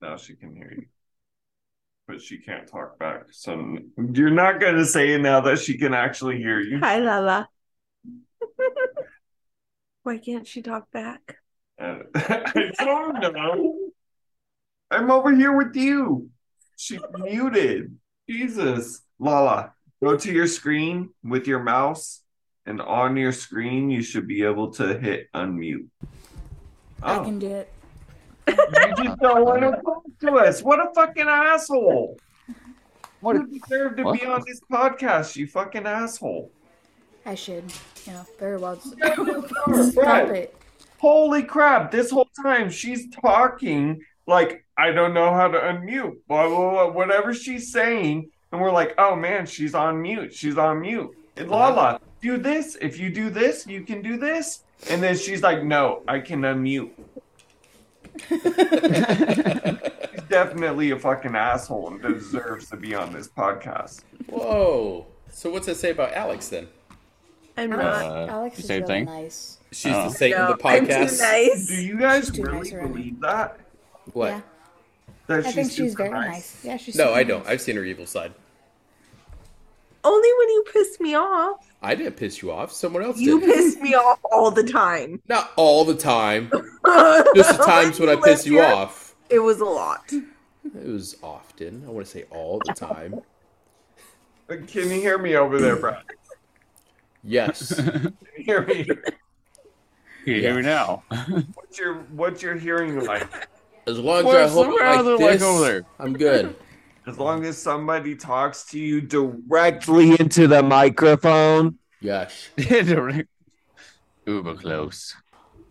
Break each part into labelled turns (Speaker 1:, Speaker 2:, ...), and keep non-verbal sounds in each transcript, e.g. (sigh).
Speaker 1: Now she can hear you. But she can't talk back. So you're not going to say now that she can actually hear
Speaker 2: (laughs)
Speaker 1: you.
Speaker 3: (laughs)
Speaker 2: Hi, Lala. Why can't she talk back?
Speaker 1: And (laughs) I don't know. I'm over here with you. She's muted. Jesus. Lala, go to your screen with your mouse, and on your screen, you should be able to hit unmute.
Speaker 4: I
Speaker 1: Oh,
Speaker 4: can do it.
Speaker 1: you just don't want to talk to us. What a fucking asshole.
Speaker 5: What?
Speaker 1: You deserve to be on this podcast, you fucking asshole.
Speaker 4: I should. You know, very (laughs) well. Stop
Speaker 1: Right.
Speaker 4: it.
Speaker 1: holy crap, this whole time she's talking like, I don't know how to unmute, blah, blah, blah, whatever she's saying. And we're like, oh man, she's on mute. She's on mute. And Lala, do this. If you do this, you can do this. And then she's like, no, I can unmute. She's definitely a fucking asshole and deserves to be on this podcast.
Speaker 3: Whoa. So what's that say about Alex then?
Speaker 2: I'm not.
Speaker 5: Uh,
Speaker 4: Alex is
Speaker 5: same
Speaker 4: really
Speaker 5: thing.
Speaker 4: nice.
Speaker 3: She's
Speaker 5: Oh.
Speaker 3: the Satan
Speaker 2: No,
Speaker 3: of the podcast.
Speaker 2: I'm too nice.
Speaker 1: Do you guys
Speaker 4: too
Speaker 1: really
Speaker 4: nice already.
Speaker 1: believe that?
Speaker 3: What?
Speaker 4: Yeah,
Speaker 1: That
Speaker 4: I think she's
Speaker 1: super
Speaker 4: very nice. Yeah, she's.
Speaker 3: No,
Speaker 4: super
Speaker 3: I don't.
Speaker 4: nice.
Speaker 3: I've seen her evil side.
Speaker 2: (laughs) Only when you piss me off.
Speaker 3: I didn't piss you off. Someone else
Speaker 2: You
Speaker 3: did.
Speaker 2: piss me off all the time.
Speaker 3: Not all the time.
Speaker 2: (laughs)
Speaker 3: (laughs) Just the times when I
Speaker 2: You
Speaker 3: piss
Speaker 2: lived
Speaker 3: you
Speaker 2: here?
Speaker 3: off.
Speaker 2: It was a lot.
Speaker 3: It was often. I want to say all the time.
Speaker 1: Can you hear me over there, Brad?
Speaker 5: (laughs)
Speaker 3: Yes.
Speaker 1: Can you hear me?
Speaker 5: Can you hear me now?
Speaker 1: What's your what's your hearing like?
Speaker 3: As long as I
Speaker 5: Where's
Speaker 3: hold
Speaker 5: the
Speaker 3: it like
Speaker 5: rather,
Speaker 3: this,
Speaker 5: like, over there?
Speaker 3: I'm good.
Speaker 1: As long as somebody talks to you directly into the microphone,
Speaker 3: Yes.
Speaker 5: (laughs) Uber close.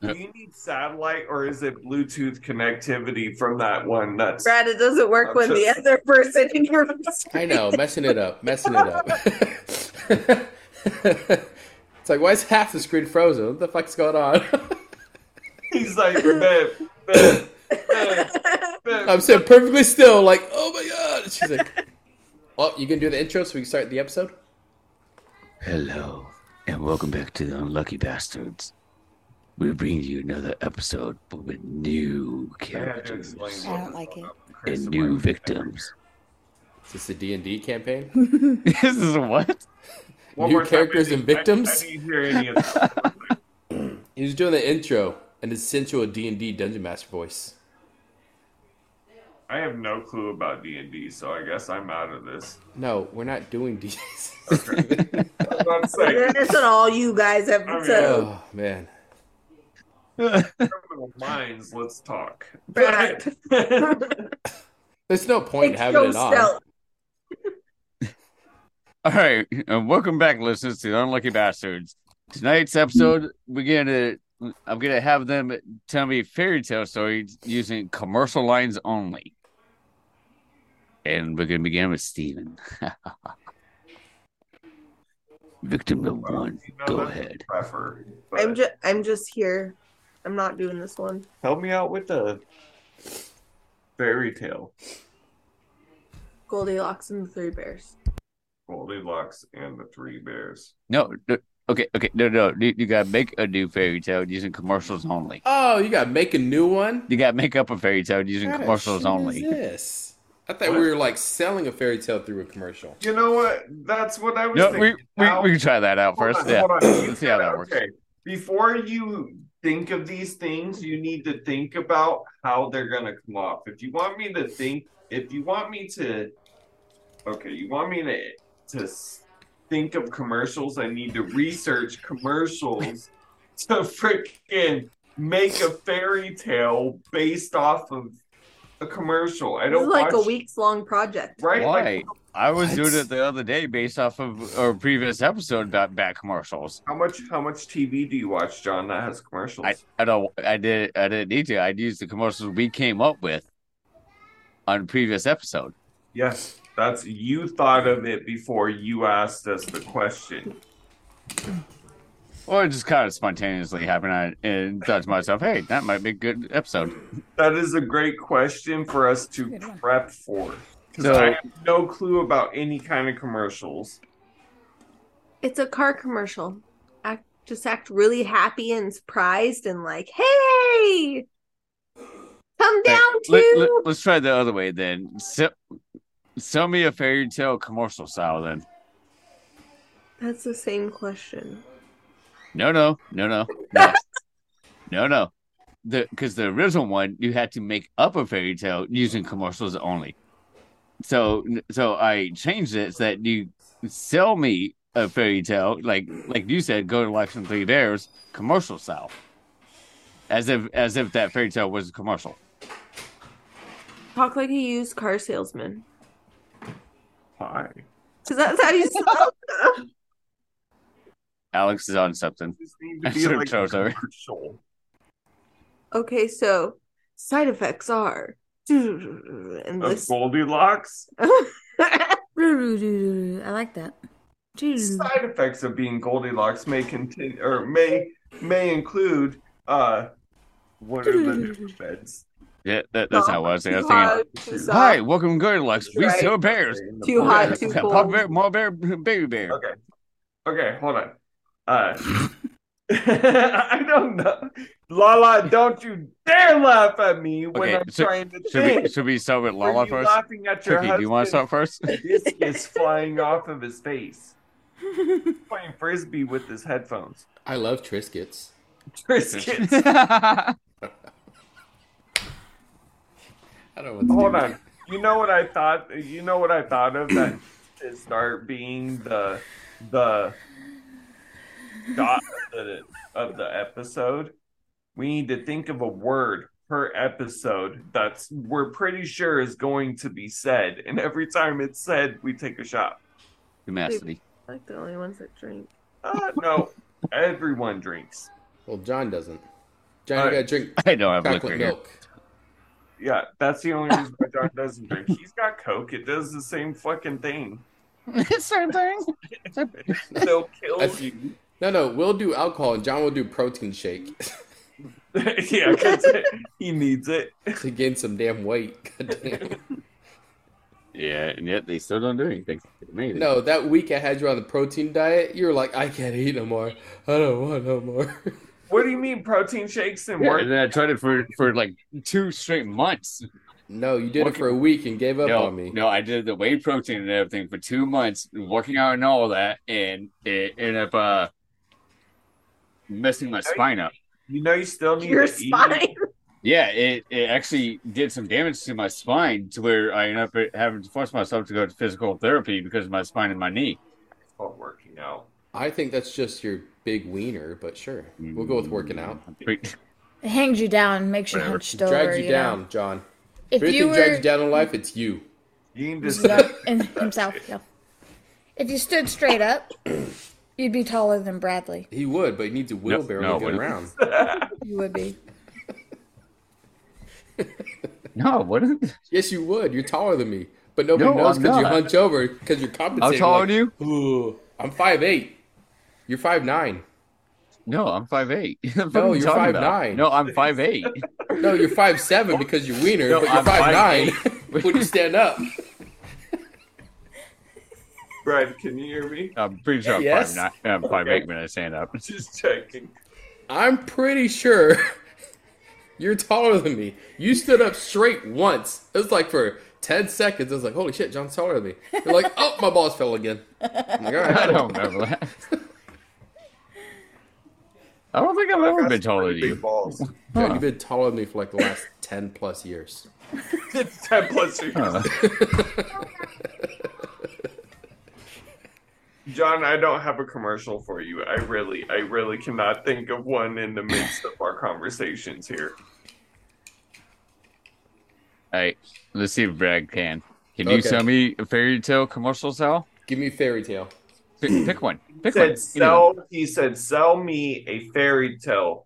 Speaker 1: do you need satellite or is it Bluetooth connectivity from that one? That's
Speaker 2: Brad, it doesn't work when the other person in your
Speaker 3: I know, messing it up, messing it up. (laughs) it's like, why is half the screen frozen? What the fuck's going on? (laughs)
Speaker 1: he's like, babe, babe, babe, babe."
Speaker 3: I'm sitting perfectly still, like, oh my god. She's like, (laughs) well, you can do the intro so we can start the episode?
Speaker 5: Hello, and welcome back to the Unlucky Bastards. We bring you another episode with new
Speaker 1: I had to explain
Speaker 5: characters
Speaker 1: what
Speaker 4: I don't
Speaker 1: the
Speaker 4: like it.
Speaker 1: fuck up Chris
Speaker 5: and new
Speaker 1: was.
Speaker 5: victims.
Speaker 3: Is this a D&D (laughs) campaign?
Speaker 5: (laughs) this is what? (laughs)
Speaker 1: One
Speaker 3: New
Speaker 1: more time,
Speaker 3: characters
Speaker 1: I didn't-
Speaker 3: and victims?
Speaker 1: I, I didn't hear any of
Speaker 3: (laughs)
Speaker 1: that.
Speaker 3: He was doing the intro and his sensual D&D Dungeon Master voice.
Speaker 1: I have no clue about D and D, so I guess I'm out of this.
Speaker 3: No, we're not doing D. (laughs)
Speaker 1: I was about to say,
Speaker 2: They're just on all you guys episode.
Speaker 3: oh, man.
Speaker 1: criminal minds, let's talk.
Speaker 2: Brad.
Speaker 1: (laughs)
Speaker 3: There's no point in
Speaker 2: It's
Speaker 3: having
Speaker 2: so
Speaker 3: it on.
Speaker 2: stealth.
Speaker 5: All right, and welcome back, listeners, to the Unlucky Bastards. Tonight's episode, we're gonna I'm gonna have them tell me fairy tale stories using commercial lines only, and we're gonna begin with Steven. (laughs) Victim number one,
Speaker 1: You know,
Speaker 5: go
Speaker 1: that's
Speaker 5: ahead.
Speaker 1: Preffer, but-
Speaker 2: I'm just I'm just here. I'm not doing this one.
Speaker 1: Help me out with the fairy tale.
Speaker 2: Goldilocks and the Three Bears.
Speaker 1: Goldilocks and the Three Bears.
Speaker 5: No, no, okay, okay, no, no, you, you gotta make a new fairy tale using commercials only.
Speaker 3: Oh, you gotta make a new one?
Speaker 5: You gotta make up a fairy tale using
Speaker 3: What the
Speaker 5: commercials
Speaker 3: shit is
Speaker 5: only.
Speaker 3: this? I thought
Speaker 1: What?
Speaker 3: we were like selling a fairy tale through a commercial.
Speaker 1: You know what? That's what I was
Speaker 5: No, we,
Speaker 1: thinking.
Speaker 5: we,
Speaker 1: Now-
Speaker 5: we can try that out
Speaker 1: Hold
Speaker 5: first.
Speaker 1: on,
Speaker 5: yeah,
Speaker 1: hold on. You
Speaker 5: (clears throat) let's see how
Speaker 1: gotta-
Speaker 5: that works.
Speaker 1: okay. Before you think of these things, you need to think about how they're gonna come off. If you want me to think, if you want me to, okay, you want me to to s- think of commercials. I need to research commercials (laughs) to freaking make a fairy tale based off of a commercial. I
Speaker 2: This
Speaker 1: don't
Speaker 2: is like a
Speaker 1: watch-
Speaker 2: weeks long project.
Speaker 1: Right? Like,
Speaker 5: Why? I was
Speaker 3: What?
Speaker 5: doing it the other day based off of our previous episode about bat commercials.
Speaker 1: how much how much TV do you watch, John? That has commercials.
Speaker 5: I, I don't I did I didn't need to. I'd use the commercials we came up with on previous episode.
Speaker 1: Yes, that's you thought of it before you asked us the question.
Speaker 5: Or it just kind of spontaneously happened I, and thought to myself, hey, that might be a good episode.
Speaker 1: That is a great question for us to
Speaker 4: Good one.
Speaker 1: prep for. 'Cause
Speaker 5: So-
Speaker 1: I have no clue about any kind of commercials.
Speaker 2: It's a car commercial. Act just act really happy and surprised and like, hey. Come
Speaker 5: Hey,
Speaker 2: down
Speaker 5: Let,
Speaker 2: to
Speaker 5: let, us try the other way then. Sell, sell me a fairy tale commercial style then.
Speaker 2: That's the same question.
Speaker 5: No, no, no, no, (laughs) no, no, no. The because the original one you had to make up a fairy tale using commercials only. So so I changed it so that you sell me a fairy tale like like you said, go to life and three bears commercial style. As if as if that fairy tale was a commercial.
Speaker 2: Talk like a used car salesman.
Speaker 1: Hi.
Speaker 2: Cause that's how you (laughs) sell.
Speaker 5: Alex is on something.
Speaker 1: This needs to
Speaker 5: I
Speaker 1: be
Speaker 5: should've
Speaker 1: like a
Speaker 5: chose her.
Speaker 1: commercial.
Speaker 2: okay, so side effects are (laughs)
Speaker 4: (laughs)
Speaker 2: and
Speaker 1: Of
Speaker 2: list.
Speaker 1: Goldilocks?
Speaker 2: (laughs)
Speaker 4: I like that. Mm.
Speaker 1: Side effects of being Goldilocks may continue or may may include uh what are the
Speaker 4: (laughs)
Speaker 1: different beds?
Speaker 5: Yeah, that, that's how it was. I was thinking
Speaker 2: Too
Speaker 1: Hi,
Speaker 2: hot,
Speaker 5: Hi, welcome to Goldilocks. We
Speaker 2: Right.
Speaker 5: sell bears.
Speaker 2: too hot, too
Speaker 5: Pop
Speaker 2: cold.
Speaker 5: bear, mall bear, baby bear.
Speaker 1: Okay. Okay, hold on.
Speaker 5: (laughs)
Speaker 1: Uh (laughs) I don't know. Lala, don't you dare laugh at me when
Speaker 5: Okay,
Speaker 1: I'm
Speaker 5: so-
Speaker 1: trying to
Speaker 5: Should we
Speaker 1: think.
Speaker 5: should we start with
Speaker 1: Were
Speaker 5: (laughs) Lala
Speaker 1: you
Speaker 5: first?
Speaker 1: laughing at your
Speaker 5: Cookie, do you want to
Speaker 1: husband's
Speaker 5: start first? (laughs)
Speaker 1: discus flying off of his face? Playing frisbee with his
Speaker 5: (laughs)
Speaker 1: headphones.
Speaker 3: I love Triscuits.
Speaker 1: Discus. (laughs)
Speaker 3: I don't know what to
Speaker 1: Hold
Speaker 3: do.
Speaker 1: on. You know what I thought? You know what I thought of that to start being the the dot of the, of the episode. We need to think of a word per episode that's we're pretty sure is going to be said, and every time it's said, we take a shot.
Speaker 5: Tenacity.
Speaker 2: Like the only ones that drink.
Speaker 1: Uh, no, everyone drinks.
Speaker 3: Well, John doesn't. John,
Speaker 1: All
Speaker 3: you gotta drink
Speaker 5: I don't have liquor
Speaker 3: chocolate
Speaker 5: here.
Speaker 3: milk.
Speaker 1: Yeah, that's the only reason my dog doesn't drink. He's got Coke. It does the same fucking thing.
Speaker 5: Same thing.
Speaker 1: They'll kill
Speaker 3: That's-
Speaker 1: you.
Speaker 3: No, no, we'll do alcohol, and John will do protein shake (laughs)
Speaker 1: (laughs) yeah, 'cause he needs it.
Speaker 3: to gain some damn weight. (laughs) Goddamn.
Speaker 5: Yeah, and yet they still don't do anything. Amazing.
Speaker 3: No, that week I had you on the protein diet, you were like, I can't eat no more. I don't want no more. (laughs)
Speaker 1: What do you mean protein shakes and
Speaker 5: Yeah,
Speaker 1: work?
Speaker 5: and then I tried it for, for like two straight months.
Speaker 3: No, you did
Speaker 5: What
Speaker 3: it for a week and gave up
Speaker 5: No,
Speaker 3: on me.
Speaker 5: no, I did the whey protein and everything for two months, working out and all that, and it ended up uh, messing my spine up.
Speaker 1: You know you still need
Speaker 2: Your
Speaker 1: to eat.
Speaker 2: spine.
Speaker 5: Yeah, it, it actually did some damage to my spine to where I ended up having to force myself to go to physical therapy because of my spine and my knee.
Speaker 1: It's called working out.
Speaker 3: I think that's just your big wiener, but sure. We'll go with working out.
Speaker 5: Pre-
Speaker 4: It hangs you down, makes you
Speaker 5: Whatever.
Speaker 4: hunched over.
Speaker 3: Drags you
Speaker 4: know.
Speaker 3: down, John.
Speaker 4: If
Speaker 3: If anything
Speaker 4: you were
Speaker 3: drags you down in life, it's you.
Speaker 1: You can just (laughs)
Speaker 4: Yeah, and himself, (laughs) yeah. If you stood straight up, you'd be taller than Bradley.
Speaker 3: (laughs) He would, but he needs a wheelbarrow
Speaker 5: no,
Speaker 3: to get
Speaker 5: wouldn't.
Speaker 3: around.
Speaker 4: You would be.
Speaker 5: No, what is
Speaker 3: yes, you would. You're taller than me, but nobody
Speaker 5: No,
Speaker 3: knows
Speaker 5: I'm
Speaker 3: because you
Speaker 5: not.
Speaker 3: hunch over because you're compensating.
Speaker 5: tall
Speaker 3: like,
Speaker 5: are you?
Speaker 3: Ooh, I'm five eight. You're five nine.
Speaker 5: No, I'm five eight. (laughs)
Speaker 3: No, you're 5'9".
Speaker 5: No, I'm five eight.
Speaker 3: No, you're five seven because you're wiener,
Speaker 5: No,
Speaker 3: but you're
Speaker 5: I'm
Speaker 3: five nine (laughs)
Speaker 5: 5'8".
Speaker 3: when you
Speaker 5: (laughs)
Speaker 3: stand up.
Speaker 1: Brad, can you hear me? (laughs)
Speaker 5: I'm pretty sure I'm
Speaker 3: Yes.
Speaker 5: five nine. I'm five eight when I stand up. (laughs)
Speaker 1: Just checking.
Speaker 3: I'm pretty sure (laughs) you're taller than me. You stood up straight once. It was like for ten seconds. I was like, holy shit, John's taller than me. You're like, oh, my balls fell again. I'm like,
Speaker 5: (laughs)
Speaker 3: all
Speaker 5: I
Speaker 3: right.
Speaker 5: don't remember that. I don't think I've ever been taller than
Speaker 1: Big
Speaker 5: you.
Speaker 1: balls. (laughs)
Speaker 3: John, you've been taller than me for like the last ten plus years.
Speaker 1: It's ten plus years.
Speaker 5: Huh.
Speaker 1: John, I don't have a commercial for you. I really, I really cannot think of one in the midst of our conversations here.
Speaker 5: All right, let's see if Brad can. Can you
Speaker 3: Okay.
Speaker 5: sell me a fairy tale commercial sell?
Speaker 3: Give me fairy tale. Hmm.
Speaker 5: Pick, pick one.
Speaker 1: He
Speaker 5: Pick one.
Speaker 1: said,
Speaker 5: Either one.
Speaker 1: sell, he said, sell me a fairy tale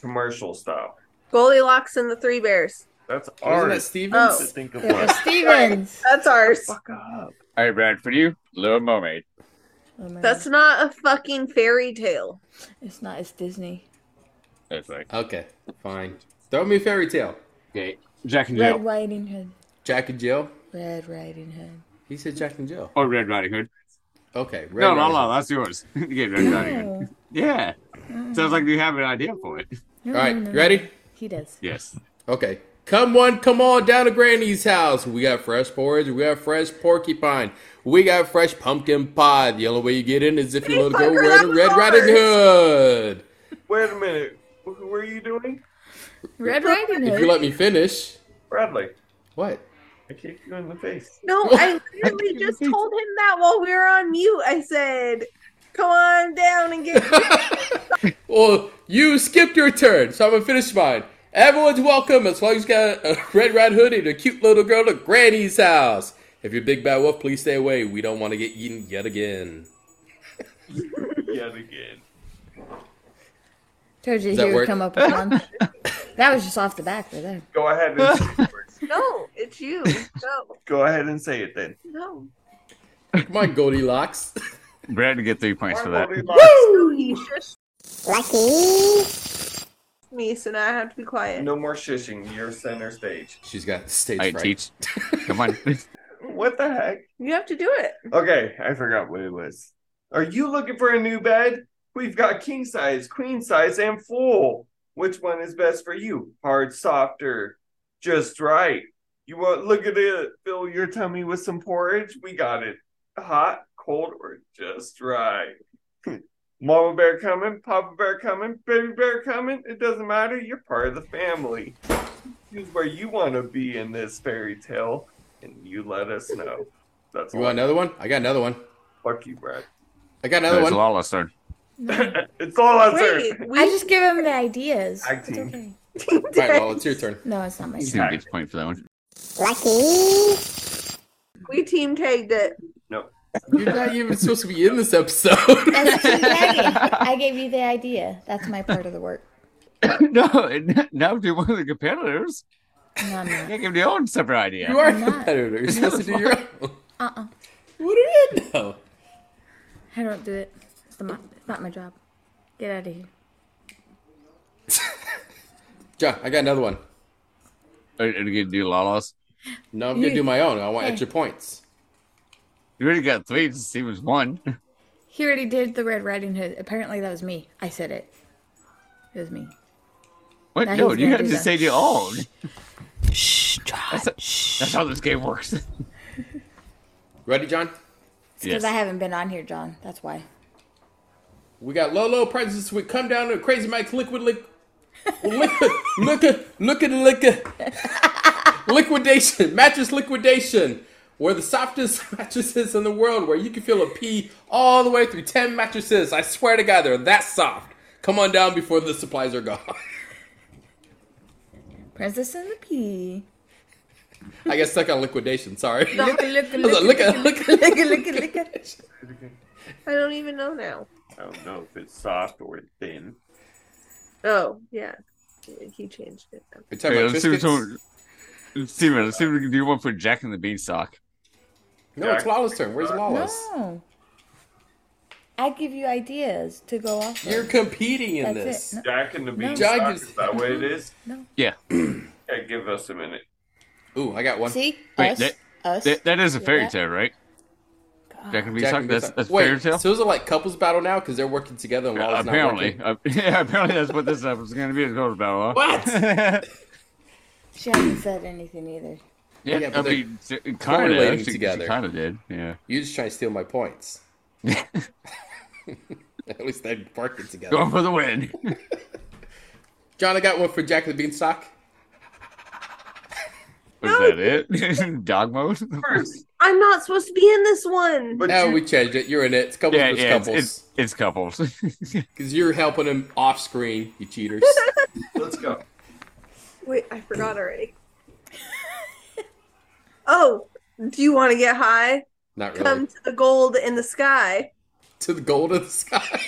Speaker 1: commercial style.
Speaker 2: Goldilocks and the Three Bears.
Speaker 1: That's
Speaker 3: Wasn't that
Speaker 1: ours.
Speaker 3: Stevens?
Speaker 1: to think of
Speaker 4: It
Speaker 1: one.
Speaker 4: was (laughs) Stevens.
Speaker 2: That's ours.
Speaker 1: Fuck up.
Speaker 5: All right, Brad, for you, Little Mermaid.
Speaker 4: Oh, man.
Speaker 2: That's not a fucking fairy tale.
Speaker 4: it's not. It's Disney.
Speaker 5: That's right.
Speaker 3: Okay, fine. Throw me fairy tale.
Speaker 5: Okay, Jack and
Speaker 4: Red
Speaker 5: Jill
Speaker 4: Riding Hood.
Speaker 3: Jack and Jill.
Speaker 4: Red Riding (laughs) Hood.
Speaker 3: He said Jack and Jill.
Speaker 5: or Red Riding Hood.
Speaker 3: Okay. Red
Speaker 5: No, no,
Speaker 3: Riding
Speaker 5: no,
Speaker 3: Hood.
Speaker 5: that's yours. (laughs) you get Red Riding Hood.
Speaker 4: No.
Speaker 5: Yeah. Sounds like you have an idea for it.
Speaker 4: No,
Speaker 3: All right,
Speaker 4: no, no.
Speaker 3: you ready?
Speaker 4: He does.
Speaker 5: Yes.
Speaker 3: Okay. Come on, come on down to Granny's house. We got fresh porridge. We got fresh porcupine. We got fresh pumpkin pie. The only way you get in is if you
Speaker 2: Hey,
Speaker 3: want to go
Speaker 2: fucker,
Speaker 3: wear
Speaker 2: that
Speaker 3: the
Speaker 2: was
Speaker 3: Red Riding
Speaker 2: ours.
Speaker 3: Hood.
Speaker 1: Wait a minute. What were you doing?
Speaker 4: Red Riding
Speaker 3: If you
Speaker 4: Hood.
Speaker 3: let me finish,
Speaker 1: Bradley,
Speaker 3: what?
Speaker 1: I kicked you in the face.
Speaker 2: No, I literally just told him that while we were on mute. I said, "Come on down and get."
Speaker 1: (laughs)
Speaker 3: well, you skipped your turn, so I'm gonna finish mine. Everyone's welcome as long as you got a red red hood and a cute little girl to Granny's house. If you're big bad wolf, please stay away. We don't want to get eaten yet again.
Speaker 1: (laughs) Yet again.
Speaker 4: Told you
Speaker 3: that
Speaker 4: he would
Speaker 3: work?
Speaker 4: come up with
Speaker 1: (laughs)
Speaker 4: one. that was just off the back right there.
Speaker 1: Go ahead and say it.
Speaker 5: (laughs)
Speaker 1: first.
Speaker 2: no, it's you. No,
Speaker 1: Go ahead and say it then.
Speaker 2: no.
Speaker 3: Come on, Goldilocks. (laughs)
Speaker 5: Brad would get three points for that.
Speaker 2: No, you shush
Speaker 6: Lucky.
Speaker 2: me, so now I have to be quiet.
Speaker 1: No more shushing. You're center stage.
Speaker 3: She's got stage
Speaker 5: All right,
Speaker 3: fright.
Speaker 5: teach. (laughs) Come
Speaker 3: (laughs)
Speaker 5: on.
Speaker 1: What the heck?
Speaker 2: You have to do it.
Speaker 1: Okay, I forgot what it was. Are you looking for a new bed? We've got king size, queen size, and full. Which one is best for you? Hard, softer, just right. You want look at it, fill your tummy with some porridge? We got it. Hot, cold, or just right. (laughs) Mama bear coming, Papa bear coming, baby bear coming. It doesn't matter. You're part of the family. Choose where you want to be in this fairy tale, and you let us know. That's
Speaker 3: You
Speaker 1: all.
Speaker 3: want another one? I got another one.
Speaker 1: Fuck you, Brad.
Speaker 3: I got another
Speaker 5: That's
Speaker 3: one.
Speaker 5: Lala's turn.
Speaker 1: It's all on
Speaker 2: Wait,
Speaker 1: (laughs) her.
Speaker 2: we
Speaker 4: I just give him the ideas.
Speaker 1: Tag
Speaker 4: It's
Speaker 1: team.
Speaker 4: okay.
Speaker 3: All right, well, it's
Speaker 4: (laughs)
Speaker 3: your turn.
Speaker 4: No, it's not my
Speaker 5: She gets a point for that
Speaker 3: (laughs)
Speaker 5: one.
Speaker 6: Lucky.
Speaker 2: we team tagged it.
Speaker 3: You're not even supposed to be in this episode.
Speaker 4: That's team tagging.
Speaker 1: (laughs)
Speaker 4: I gave you the idea. That's my part of the work.
Speaker 5: no, now if you're one of the competitors,
Speaker 4: No, I'm
Speaker 5: you
Speaker 4: not.
Speaker 5: gotta give your own separate idea.
Speaker 3: (laughs) you are
Speaker 4: I'm not.
Speaker 3: competitor. You're supposed to do
Speaker 4: (laughs)
Speaker 3: your own.
Speaker 4: Uh-uh.
Speaker 3: What do you know?
Speaker 4: I don't do it. It's, the, it's not my job. Get out of here.
Speaker 3: John, I got another one.
Speaker 5: Are, are you gonna do Lala's?
Speaker 3: No, I'm gonna
Speaker 4: You-
Speaker 3: do my own. I want
Speaker 4: Hey.
Speaker 3: extra points.
Speaker 5: You already got three. Steven's one. (laughs)
Speaker 4: He already did the Red Riding Hood. Apparently that was me. I said it. It was me.
Speaker 5: What?
Speaker 4: Now
Speaker 5: no,
Speaker 4: he's
Speaker 5: you
Speaker 4: gonna
Speaker 5: have
Speaker 4: do
Speaker 5: to
Speaker 4: that.
Speaker 5: say your own.
Speaker 4: Shh, John.
Speaker 5: That's how this game works. (laughs)
Speaker 3: Ready, John?
Speaker 4: Because
Speaker 5: yes.
Speaker 4: I haven't been on here, John. That's why.
Speaker 3: We got low, low prices this week. Come down to Crazy Mike's Liquid Lick. Liquid, (laughs) liquid, liquid, liquid. (laughs) Liquidation, mattress liquidation. Where the softest (laughs) mattresses in the world, where you can feel a pee all the way through 10 mattresses. I swear to God, they're that soft. Come on down before the supplies are gone. (laughs)
Speaker 4: Princess and the
Speaker 1: (laughs)
Speaker 4: Pea.
Speaker 3: I got stuck on liquidation, sorry.
Speaker 2: No,
Speaker 3: I
Speaker 2: I
Speaker 3: was like, (laughs) look at, look
Speaker 4: (laughs) Look
Speaker 3: at,
Speaker 4: at, look at, look at.
Speaker 2: don't even know now.
Speaker 1: I don't know if it's soft or thin.
Speaker 2: Oh, yeah. He changed it.
Speaker 3: You're talking
Speaker 5: Hey,
Speaker 3: about
Speaker 5: let's see which
Speaker 3: Triscuits?
Speaker 5: one. Steven, let's see if we can do one for Jack and the Beanstalk.
Speaker 3: No, it's Lala's turn. Where's Lala's?
Speaker 4: No. I give you ideas to go off of.
Speaker 3: You're competing in
Speaker 4: That's
Speaker 3: this.
Speaker 4: it.
Speaker 1: Jack and the Beanstalk,
Speaker 3: Jack
Speaker 1: is
Speaker 3: is-
Speaker 1: that what it is?
Speaker 5: Yeah,
Speaker 1: Yeah, give us a minute.
Speaker 3: Ooh, I got
Speaker 4: No.
Speaker 3: one.
Speaker 4: See?
Speaker 5: Wait,
Speaker 4: us.
Speaker 5: that-
Speaker 4: us.
Speaker 5: That- that is a fairy
Speaker 4: that-
Speaker 5: tale, right? Jack and the
Speaker 3: Jack
Speaker 5: Beanstalk.
Speaker 3: and
Speaker 5: That's,
Speaker 3: Beanstalk.
Speaker 5: that's
Speaker 3: Wait,
Speaker 5: fairy tale.
Speaker 3: So is it like couples battle now because they're working together and Lala's
Speaker 5: apparently,
Speaker 3: not
Speaker 5: uh, (laughs) yeah, apparently that's what this episode's going to be. It's going to be about (laughs)
Speaker 3: (laughs) What?
Speaker 4: she hasn't said anything either.
Speaker 5: yeah,
Speaker 3: Yeah,
Speaker 5: I
Speaker 3: but
Speaker 5: mean, kind
Speaker 3: correlating
Speaker 5: of
Speaker 3: together.
Speaker 5: Kind of did. Yeah.
Speaker 3: You're just trying to steal
Speaker 5: (laughs)
Speaker 3: my points. (laughs) At least they're working together.
Speaker 5: Going for the win. (laughs)
Speaker 3: John, I got one for Jack and the Beanstalk.
Speaker 5: Was that it? (laughs) Dog mode.
Speaker 1: First,
Speaker 2: I'm not supposed to be in this one.
Speaker 1: but
Speaker 3: No,
Speaker 1: you-
Speaker 3: we changed it. You're in it. It's couples
Speaker 5: yeah,
Speaker 3: versus
Speaker 5: yeah. It's,
Speaker 3: couples.
Speaker 5: it's, it's couples. (laughs)
Speaker 3: Because you're helping him off screen, you cheaters.
Speaker 1: let's go.
Speaker 2: Wait, I forgot already. (laughs) oh, do you want to get high?
Speaker 3: not really.
Speaker 2: Come to the gold in the sky,
Speaker 3: To the gold of the sky.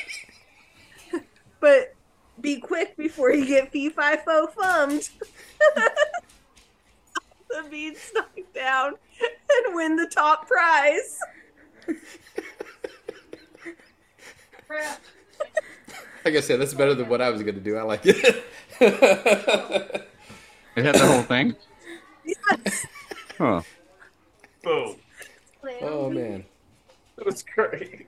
Speaker 3: (laughs)
Speaker 2: but be quick before you get fee fi fo fummed. (laughs) the bead stuck down and win the top prize.
Speaker 3: like I said, that's better than what I was going to do. I like it.
Speaker 5: is that the whole
Speaker 3: (laughs)
Speaker 5: thing? Huh.
Speaker 1: Boom.
Speaker 3: (laughs) oh, man.
Speaker 1: That was great.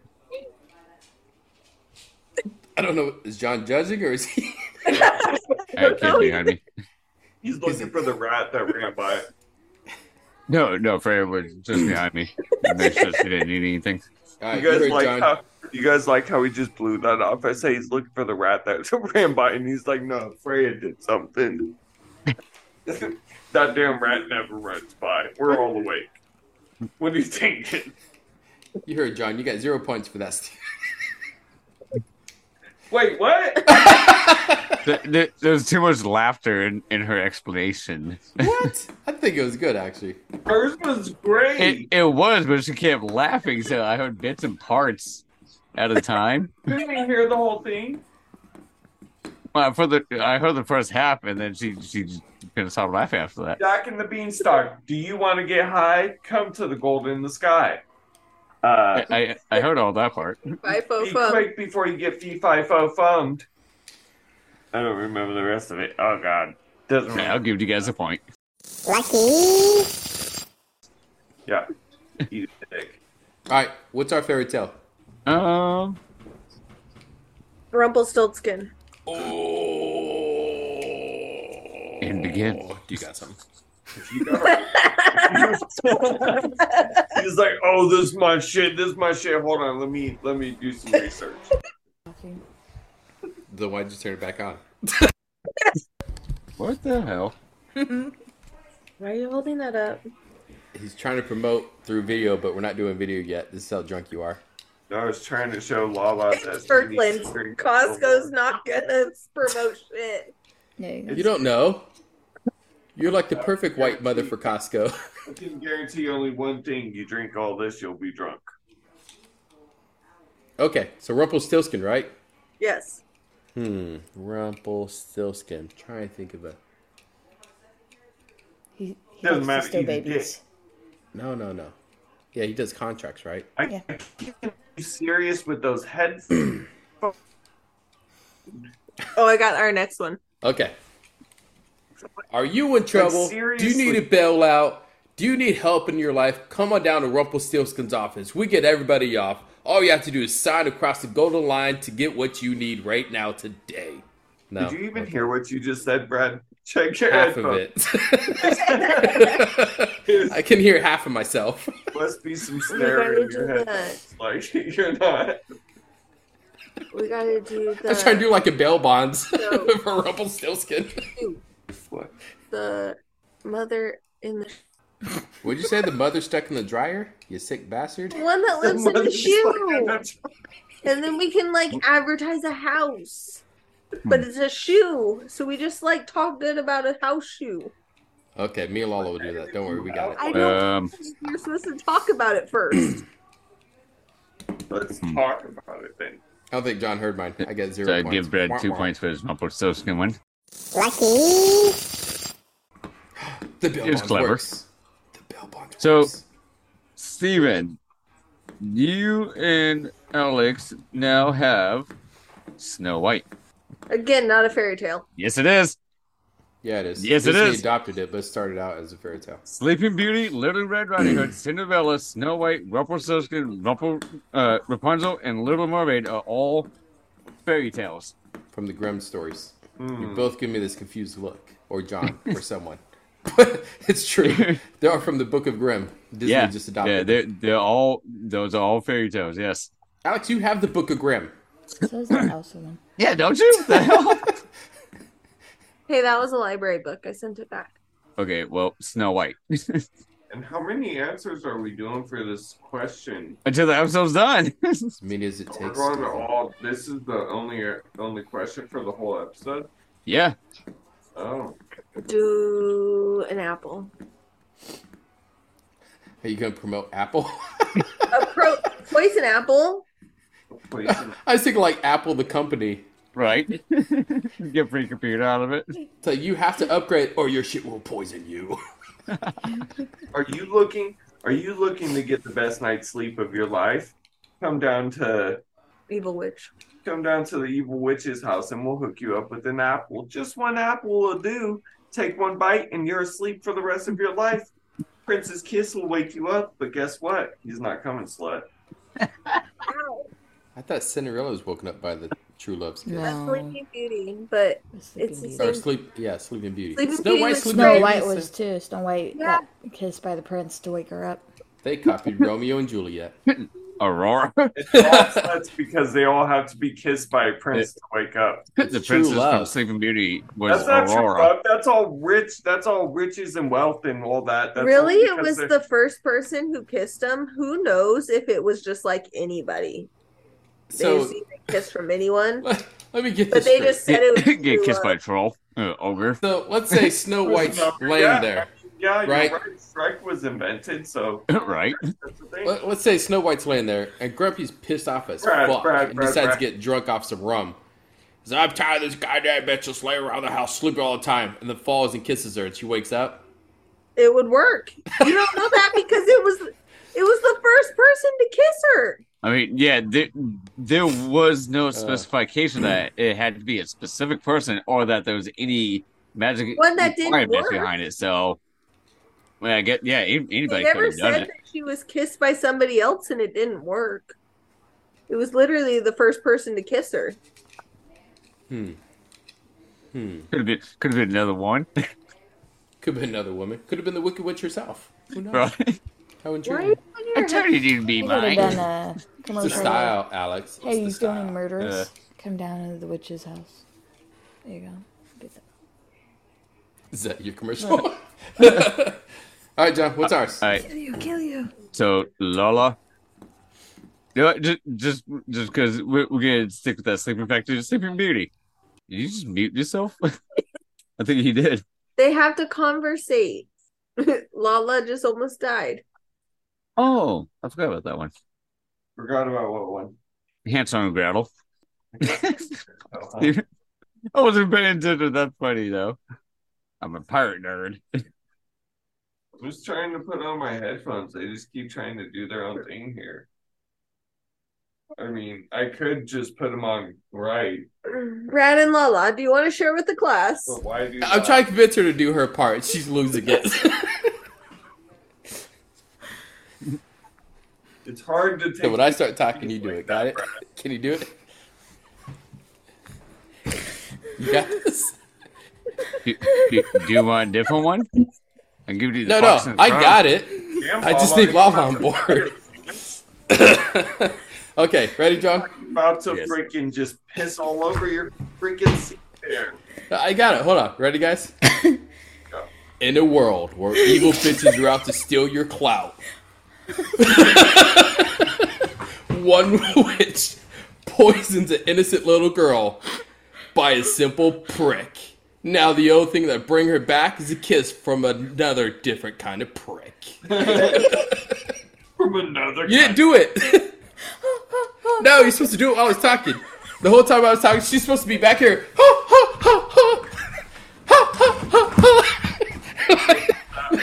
Speaker 3: I don't know. Is John judging or is he? (laughs)
Speaker 5: I have a kid
Speaker 2: No.
Speaker 5: behind me.
Speaker 1: He's looking for the rat that ran by.
Speaker 5: No, no, Freya was just behind me. And make sure she didn't need anything.
Speaker 1: You
Speaker 3: All right,
Speaker 1: guys
Speaker 3: great,
Speaker 1: like
Speaker 3: John.
Speaker 1: how, you guys like how he just blew that off. I say he's looking for the rat that (laughs) ran by, and he's like, "No, Freya did something." (laughs) that damn rat never runs by. We're all awake. What do you think? (laughs)
Speaker 3: You heard John. You got zero points for that. Steve.
Speaker 1: Wait, what?
Speaker 5: Th- th- there was too much laughter in, in her explanation.
Speaker 3: what? (laughs) I think it was good actually.
Speaker 1: Hers was great.
Speaker 5: It, it was, but she kept laughing, so I heard bits and parts at a time. (laughs)
Speaker 1: you didn't hear the whole thing.
Speaker 5: Well, for the I heard the first half, and then she she just couldn't stop laughing after that.
Speaker 1: Jack and the Beanstalk. Do you want to get high? Come to the gold in the sky. Uh,
Speaker 5: I, I I heard all that part.
Speaker 2: Bye, fo
Speaker 1: be quick before you get fee fi fo fummed. I don't remember the rest of it. Oh God, doesn't
Speaker 5: I'll give you guys a point.
Speaker 6: lucky,
Speaker 1: Yeah, you dick.
Speaker 3: All right, what's our fairy tale?
Speaker 5: Um,
Speaker 2: Rumpelstiltskin.
Speaker 3: Oh.
Speaker 5: And begin.
Speaker 3: You got something.
Speaker 1: He's like, oh, this is my shit. This is my shit. Hold on, let me let me do some research.
Speaker 3: Then why'd you turn it back on?
Speaker 5: what the hell?
Speaker 2: Why are you holding that up?
Speaker 3: He's trying to promote through video, but we're not doing video yet. This is how drunk you are.
Speaker 1: I was trying to show Lala that
Speaker 2: Kirkland. Costco's not gonna promote shit.
Speaker 4: There you go.
Speaker 3: You don't know. You're like the perfect white mother for Costco. (laughs)
Speaker 1: I can guarantee only one thing: you drink all this, you'll be drunk.
Speaker 3: okay, so Rumpelstiltskin, right?
Speaker 2: Yes.
Speaker 3: Hmm. Rumpelstiltskin. Trying to think of a.
Speaker 4: He, he
Speaker 1: Doesn't
Speaker 4: likes
Speaker 1: matter,
Speaker 4: to steal
Speaker 1: he's a
Speaker 4: babies.
Speaker 3: No, no, no. Yeah, he does contracts, right?
Speaker 1: I
Speaker 4: Yeah.
Speaker 1: I can't be serious with those
Speaker 3: (clears throat)
Speaker 1: headphones.
Speaker 2: Oh, I got our next one.
Speaker 3: Okay. Are you in trouble? Do you need a
Speaker 1: seriously.
Speaker 3: bailout? Do you need help in your life? Come on down to Rumpelstiltskin's office. We get everybody off. All you have to do is sign across the golden line to get what you need right now today. No,
Speaker 1: Did you even hear what you just said, Brad? (laughs) Check your
Speaker 3: half of
Speaker 1: headphones. (laughs)
Speaker 3: it? (laughs) I can hear half of myself.
Speaker 1: Must be some
Speaker 2: We gotta
Speaker 1: snare in your
Speaker 2: do
Speaker 1: head.
Speaker 2: that.
Speaker 1: (laughs) Like you're not.
Speaker 2: We gotta do
Speaker 3: I was trying to
Speaker 2: the
Speaker 3: do like a bail bonds (laughs)
Speaker 2: No.
Speaker 3: for Rumpelstiltskin.
Speaker 1: What?
Speaker 2: the mother in the
Speaker 3: Would you say the mother stuck in the dryer? You sick bastard.
Speaker 2: one that lives in the
Speaker 1: Mother's like,
Speaker 2: shoe,
Speaker 1: that's-
Speaker 2: and then we can like
Speaker 1: Mm-hmm.
Speaker 2: advertise a house.
Speaker 1: Hmm.
Speaker 2: But it's a shoe, so we just like talk good about a house shoe.
Speaker 3: Okay, me and Lala will do that. Don't worry, we got it.
Speaker 2: I don't
Speaker 5: Um,
Speaker 2: think you're supposed to talk about it
Speaker 1: (clears throat)
Speaker 2: first.
Speaker 1: Let's
Speaker 3: Hmm.
Speaker 1: talk about it then.
Speaker 3: I don't think John heard mine. I got zero
Speaker 5: so I
Speaker 3: points.
Speaker 5: give Brad
Speaker 3: Wah,
Speaker 5: two
Speaker 3: wah.
Speaker 5: points for his Rumpelstiltskin one.
Speaker 6: lucky,
Speaker 3: The Bill
Speaker 5: It was
Speaker 3: Bond
Speaker 5: clever.
Speaker 3: works. The Bill Bond
Speaker 5: So-
Speaker 3: works.
Speaker 5: Steven, you and Alex now have Snow White.
Speaker 2: Again, not a fairy tale.
Speaker 5: Yes, it is.
Speaker 3: yeah, it is.
Speaker 5: Yes, it
Speaker 3: Disney
Speaker 5: is.
Speaker 3: adopted it, but it started out as a fairy tale.
Speaker 5: Sleeping Beauty, Little Red Riding Hood, Cinderella, Snow White, Rumpelstiltskin, Rumpel, uh, Rapunzel, and Little Mermaid are all fairy tales.
Speaker 3: From the Grimm stories. You
Speaker 1: Hmm.
Speaker 3: both give me this confused look, or John,
Speaker 5: (laughs)
Speaker 3: or someone. But (laughs) it's true. They are from the Book of Grimm. Disney
Speaker 5: yeah,
Speaker 3: just
Speaker 5: yeah,
Speaker 3: adopted.
Speaker 5: they're
Speaker 3: it.
Speaker 5: they're all those are all fairy tales. Yes.
Speaker 3: Alex, you have the Book of Grimm.
Speaker 4: So is that house of (laughs) them.
Speaker 5: Yeah, don't (laughs) you? What the hell?
Speaker 2: Hey, that was a library book. I sent it back.
Speaker 5: okay, well, Snow White. (laughs)
Speaker 1: And how many answers are we doing for this question?
Speaker 5: Until the episode's done. (laughs)
Speaker 3: As many as it
Speaker 1: We're
Speaker 3: takes.
Speaker 1: going to
Speaker 3: Stephen.
Speaker 1: all. This is the only only question for the whole episode.
Speaker 5: yeah.
Speaker 1: Oh,
Speaker 2: Do an apple.
Speaker 3: Are you going to promote Apple? (laughs)
Speaker 2: A pro- poison apple.
Speaker 1: please.
Speaker 3: I was thinking like Apple, the company.
Speaker 5: Right. Get free computer out of it.
Speaker 3: So you have to upgrade, or your shit will poison you. (laughs)
Speaker 1: Are you looking? Are you looking to get the best night's sleep of your life? Come down to
Speaker 2: Evil witch.
Speaker 1: come down to the evil witch's house, and we'll hook you up with an apple. Just one apple will do. Take one bite, and you're asleep for the rest of your life. Princess Kiss will wake you up, but guess what? He's not coming, slut.
Speaker 2: Ow.
Speaker 3: I thought Cinderella was woken up by the True Love's good.
Speaker 2: That's
Speaker 7: No.
Speaker 2: Sleeping Beauty, but
Speaker 7: Sleeping
Speaker 2: it's the
Speaker 7: Beauty.
Speaker 3: Or
Speaker 2: same.
Speaker 3: sleep, yeah, Sleeping Beauty.
Speaker 2: Sleeping
Speaker 3: Snow
Speaker 2: Beauty
Speaker 3: White,
Speaker 2: was-
Speaker 3: Sleeping
Speaker 7: Snow
Speaker 3: Beauty,
Speaker 7: White
Speaker 3: it's-
Speaker 7: was too. Snow White
Speaker 2: Yeah.
Speaker 7: got kissed by the prince to wake her up.
Speaker 3: They copied Romeo and Juliet.
Speaker 5: Aurora,
Speaker 1: That's because they all have to be kissed by a prince to wake up.
Speaker 5: (laughs) (laughs) the
Speaker 3: true
Speaker 5: princess from
Speaker 3: love.
Speaker 5: Sleeping Beauty was
Speaker 1: That's not true.
Speaker 5: Aurora.
Speaker 1: Bob. That's all rich. That's all riches and wealth and all that. That's
Speaker 2: Really,
Speaker 1: all
Speaker 2: it
Speaker 1: because
Speaker 2: was
Speaker 1: they're-
Speaker 2: the first person who kissed him. Who knows if it was just like anybody? they
Speaker 3: So
Speaker 2: just even kiss from anyone,
Speaker 3: let, let me get
Speaker 2: but
Speaker 3: this
Speaker 2: they
Speaker 3: straight.
Speaker 2: just said it was
Speaker 5: (laughs) (laughs) Get
Speaker 2: True
Speaker 5: kissed by
Speaker 2: Love.
Speaker 5: a troll, uh, ogre.
Speaker 3: So let's say
Speaker 2: (laughs)
Speaker 3: Snow White's laying there.
Speaker 1: Yeah, you're
Speaker 3: Right.
Speaker 1: right. Shrek was invented, so
Speaker 5: (laughs) right?
Speaker 1: that's the thing.
Speaker 3: Let, us say Snow White's laying there, and Grumpy's pissed off as
Speaker 1: Brad,
Speaker 3: fuck,
Speaker 1: Brad,
Speaker 3: and
Speaker 1: Brad,
Speaker 3: decides
Speaker 1: Brad.
Speaker 3: to get drunk off some rum. He's like, I'm tired of this goddamn bitch just laying around the house sleeping all the time, and then falls and kisses her, and she wakes up.
Speaker 2: It would work. You don't know that because it was it was the first person to kiss her.
Speaker 5: I mean, yeah, there, there was no specification that it had to be a specific person or that there was any magic
Speaker 2: One that didn't
Speaker 5: requirements
Speaker 2: work.
Speaker 5: behind it. So, well, I get, yeah, an-
Speaker 2: They
Speaker 5: anybody could
Speaker 2: never
Speaker 5: have done
Speaker 2: said
Speaker 5: it.
Speaker 2: that she was kissed by somebody else and it didn't work. It was literally the first person to kiss her.
Speaker 5: Could have been, could have been another one, (laughs)
Speaker 3: Could have been another woman. Could have been the Wicked Witch herself. Who knows?
Speaker 5: right?
Speaker 3: How
Speaker 2: Why
Speaker 3: intriguing.
Speaker 2: are you
Speaker 5: I
Speaker 2: putting your
Speaker 5: told
Speaker 2: head-
Speaker 5: you you'd be
Speaker 7: They could have
Speaker 5: mine.
Speaker 7: done a
Speaker 3: (laughs) It's
Speaker 7: commercial.
Speaker 3: the style, Alex. It's
Speaker 7: Hey,
Speaker 3: the
Speaker 7: you
Speaker 3: style.
Speaker 7: doing murders?
Speaker 5: Uh.
Speaker 7: Come down into the witch's house. There you go. Do that.
Speaker 3: Is that your commercial? all (laughs) right, John. What's ours?
Speaker 5: All right,
Speaker 7: Kill you, kill you.
Speaker 5: so Lola. You know what, just, just, just because we're, we're gonna stick with that sleeping factor, Sleeping Beauty. Did you just mute yourself? (laughs) I think he did.
Speaker 2: They have to conversate. (laughs) Lala just almost died.
Speaker 5: Oh, I forgot about that one.
Speaker 1: Forgot about what one.
Speaker 5: Hansel and Gretel.
Speaker 1: Oh, huh.
Speaker 5: (laughs) I wasn't paying attention. That's funny though. I'm a pirate nerd.
Speaker 1: I was trying to put on my headphones. They just keep trying to do their own thing here. I mean, I could just put them on right,
Speaker 2: Rad and Lala, do you want to share with the class?
Speaker 1: but why do
Speaker 3: I'm
Speaker 1: that?
Speaker 3: trying to convince her to do her part. She's losing it.
Speaker 1: It's hard to take.
Speaker 3: (laughs) so when I start talking, you do it. Got it? Can you do it? You got this?
Speaker 5: Do, do, do you want a different one? I can give you the
Speaker 3: No, no.
Speaker 5: Fox and the
Speaker 3: I
Speaker 5: Crown.
Speaker 3: got it.
Speaker 1: Damn,
Speaker 3: I just
Speaker 1: Lala,
Speaker 3: need
Speaker 1: you're
Speaker 3: Lava on board. (laughs) okay, ready, John?
Speaker 1: About to
Speaker 5: Yes.
Speaker 1: freaking just piss all over your freaking seat there.
Speaker 3: I got it. Hold on. Ready, guys?
Speaker 1: Go.
Speaker 3: In a world where evil bitches are out to steal your clout, one witch poisons an innocent little girl by a simple prick. Now the only thing that bring her back is a kiss from another different kind of prick.
Speaker 1: From another.
Speaker 3: You didn't do it. (laughs) no, you're supposed to do it while I was talking. The whole time I was talking, she's supposed to be back here. (laughs)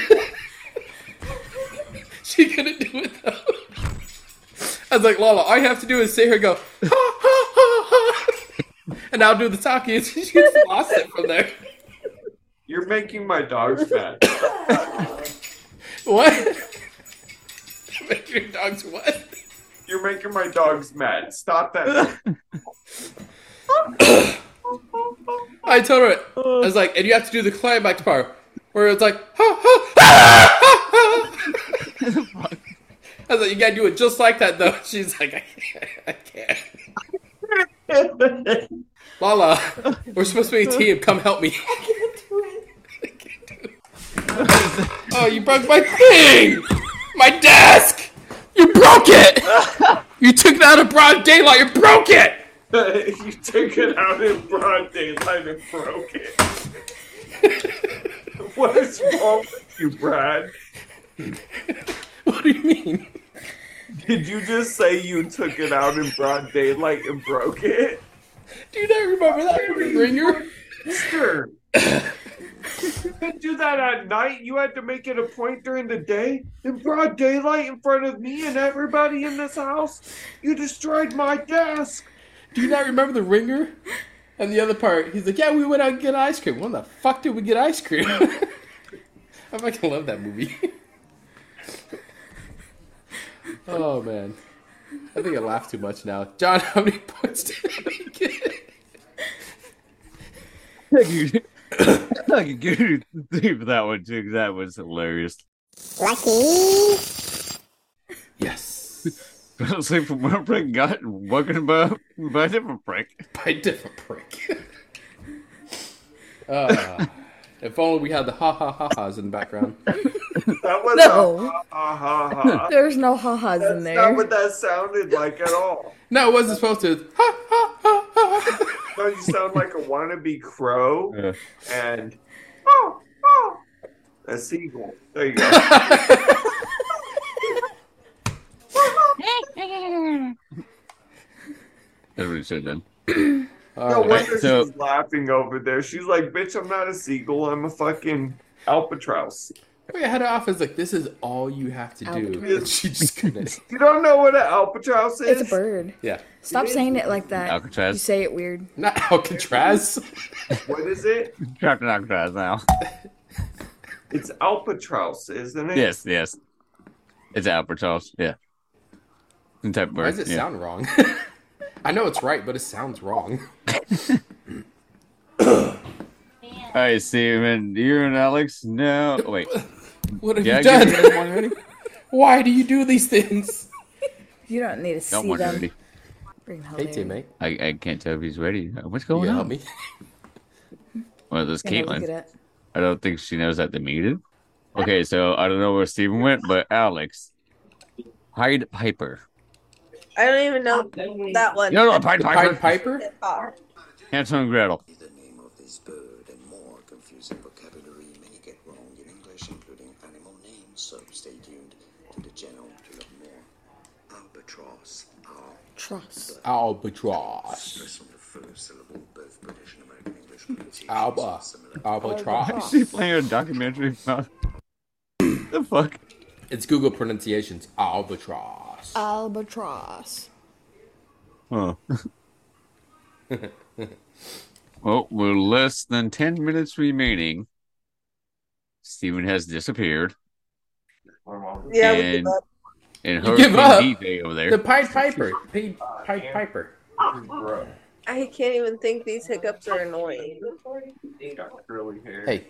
Speaker 3: she couldn't do it though. I was like, Lala, all you have to do is sit here and go, (laughs) and I'll do the talking. (laughs) And she just lost it from there.
Speaker 1: You're making my dogs
Speaker 3: (coughs)
Speaker 1: mad.
Speaker 3: What? (laughs) Your dog's what?
Speaker 1: You're making my dogs mad. Stop that.
Speaker 3: I told her. I was like, and you have to do the climax part where it's like, ha, ha, ha, ha, ha. I was like, you gotta do it just like that though. (laughs) She's like, I can't. I can't. (laughs) Lala, we're supposed to be a team. Come help me. I can't do it. Oh, you broke my thing! My desk! You broke it! You took it out of broad daylight. You broke it.
Speaker 1: (laughs) you took it out in broad daylight and broke it. (laughs) what is wrong with you, Brad?
Speaker 3: What do you mean?
Speaker 1: Did you just say you took it out in broad daylight and broke it?
Speaker 3: Do you not remember that ringer?
Speaker 1: Sure. you could do that at night. You had to make it a point during the day. In broad daylight in front of me and everybody in this house, you destroyed my desk.
Speaker 3: Do you not remember the ringer? And the other part, he's like, "Yeah, we went out and get ice cream." When the fuck did we get ice cream? (laughs) I fucking love that movie. (laughs) oh man, I think I laugh too much now. John, how many points did I get?
Speaker 5: I could (laughs) I could give you three for that one too. 'cause That was hilarious. (laughs)
Speaker 6: lucky,
Speaker 3: Yes.
Speaker 5: Fell asleep from one prick, got woken by by a different prick.
Speaker 3: By a different prick. (laughs) uh, if only we had the ha ha ha ha's in the background.
Speaker 1: That was
Speaker 7: No.
Speaker 1: a ha ha ha ha.
Speaker 7: There's no ha-has in
Speaker 1: That's
Speaker 7: (laughs)
Speaker 1: not
Speaker 7: there.
Speaker 1: what that sounded like at all.
Speaker 3: No, it wasn't supposed to. Ha ha ha ha.
Speaker 1: No, you sound like a wannabe crow
Speaker 5: Yeah.
Speaker 1: and oh, oh, a seagull. There you go.
Speaker 5: Everybody should have done.
Speaker 1: No
Speaker 3: All right.
Speaker 1: wonder
Speaker 5: so-
Speaker 1: she's laughing over there. She's like, "Bitch, I'm not a seagull. I'm a fucking albatross."
Speaker 3: Wait, I had it off. It's like, this is all you have to do.
Speaker 7: Albatross.
Speaker 3: And (laughs) she just couldn't.
Speaker 1: You don't know what an albatross
Speaker 7: It's
Speaker 1: is?
Speaker 7: a bird.
Speaker 3: Yeah. (laughs)
Speaker 7: Stop saying it like that.
Speaker 5: Alcatraz.
Speaker 7: You say it weird.
Speaker 3: Not Alcatraz.
Speaker 1: What is it?
Speaker 5: Trapped in Alcatraz
Speaker 3: (laughs)
Speaker 5: now.
Speaker 1: It's albatross, isn't it?
Speaker 5: Yes, yes. It's Albatross. Yeah. Some type of bird.
Speaker 3: Why does it
Speaker 5: yeah.
Speaker 3: sound wrong? (laughs) I know it's right, but it sounds wrong. (laughs)
Speaker 5: All right, Steven. You and Alex. No.
Speaker 3: (laughs)
Speaker 5: Wait.
Speaker 3: What have
Speaker 5: Yeah,
Speaker 3: you
Speaker 5: I give
Speaker 3: done?
Speaker 5: you guys one
Speaker 7: (laughs)
Speaker 5: already?
Speaker 3: (laughs) Why do you do these things?
Speaker 7: You don't need to
Speaker 5: Don't
Speaker 7: see
Speaker 5: want
Speaker 7: them.
Speaker 5: already.
Speaker 7: Freaking
Speaker 3: (laughs) Hey,
Speaker 7: hilarious.
Speaker 3: teammate.
Speaker 5: I, I can't tell if he's ready. What's
Speaker 3: You
Speaker 5: going
Speaker 3: help
Speaker 5: on?
Speaker 3: me?
Speaker 5: Well, this
Speaker 7: Gonna look at
Speaker 5: Caitlin.
Speaker 7: it.
Speaker 5: I don't think she knows that they muted. Okay, so I don't know where Steven went, but Alex. Hyde Piper.
Speaker 2: I don't even know that one.
Speaker 5: You don't know Pied Piper?
Speaker 3: Pied Piper?
Speaker 5: Hansel and Gretel.
Speaker 8: the name of this bird and more confusing vocabulary you may get wrong in English, including animal names. So stay tuned to the channel to learn more. Albatross are
Speaker 7: Trust.
Speaker 3: Albatross.
Speaker 8: stress on the first syllable. Both British and American English pronunciations
Speaker 3: Alba.
Speaker 8: are similar.
Speaker 3: Albatross.
Speaker 5: She playing a documentary about (laughs) the fuck.
Speaker 3: It's Google pronunciations. Albatross.
Speaker 7: Albatross.
Speaker 5: Huh. well, we're less than ten minutes remaining. Steven has disappeared,
Speaker 1: Oh,
Speaker 7: (laughs)
Speaker 2: Yeah, we
Speaker 5: And-
Speaker 2: give up.
Speaker 5: and
Speaker 3: You give up?
Speaker 5: Hurricane DJ over
Speaker 3: The
Speaker 5: there.
Speaker 3: Pied Piper. Pied, Pied Piper.
Speaker 1: Bro,
Speaker 2: I can't even think these hiccups are annoying.
Speaker 1: got curly hair.
Speaker 3: Hey,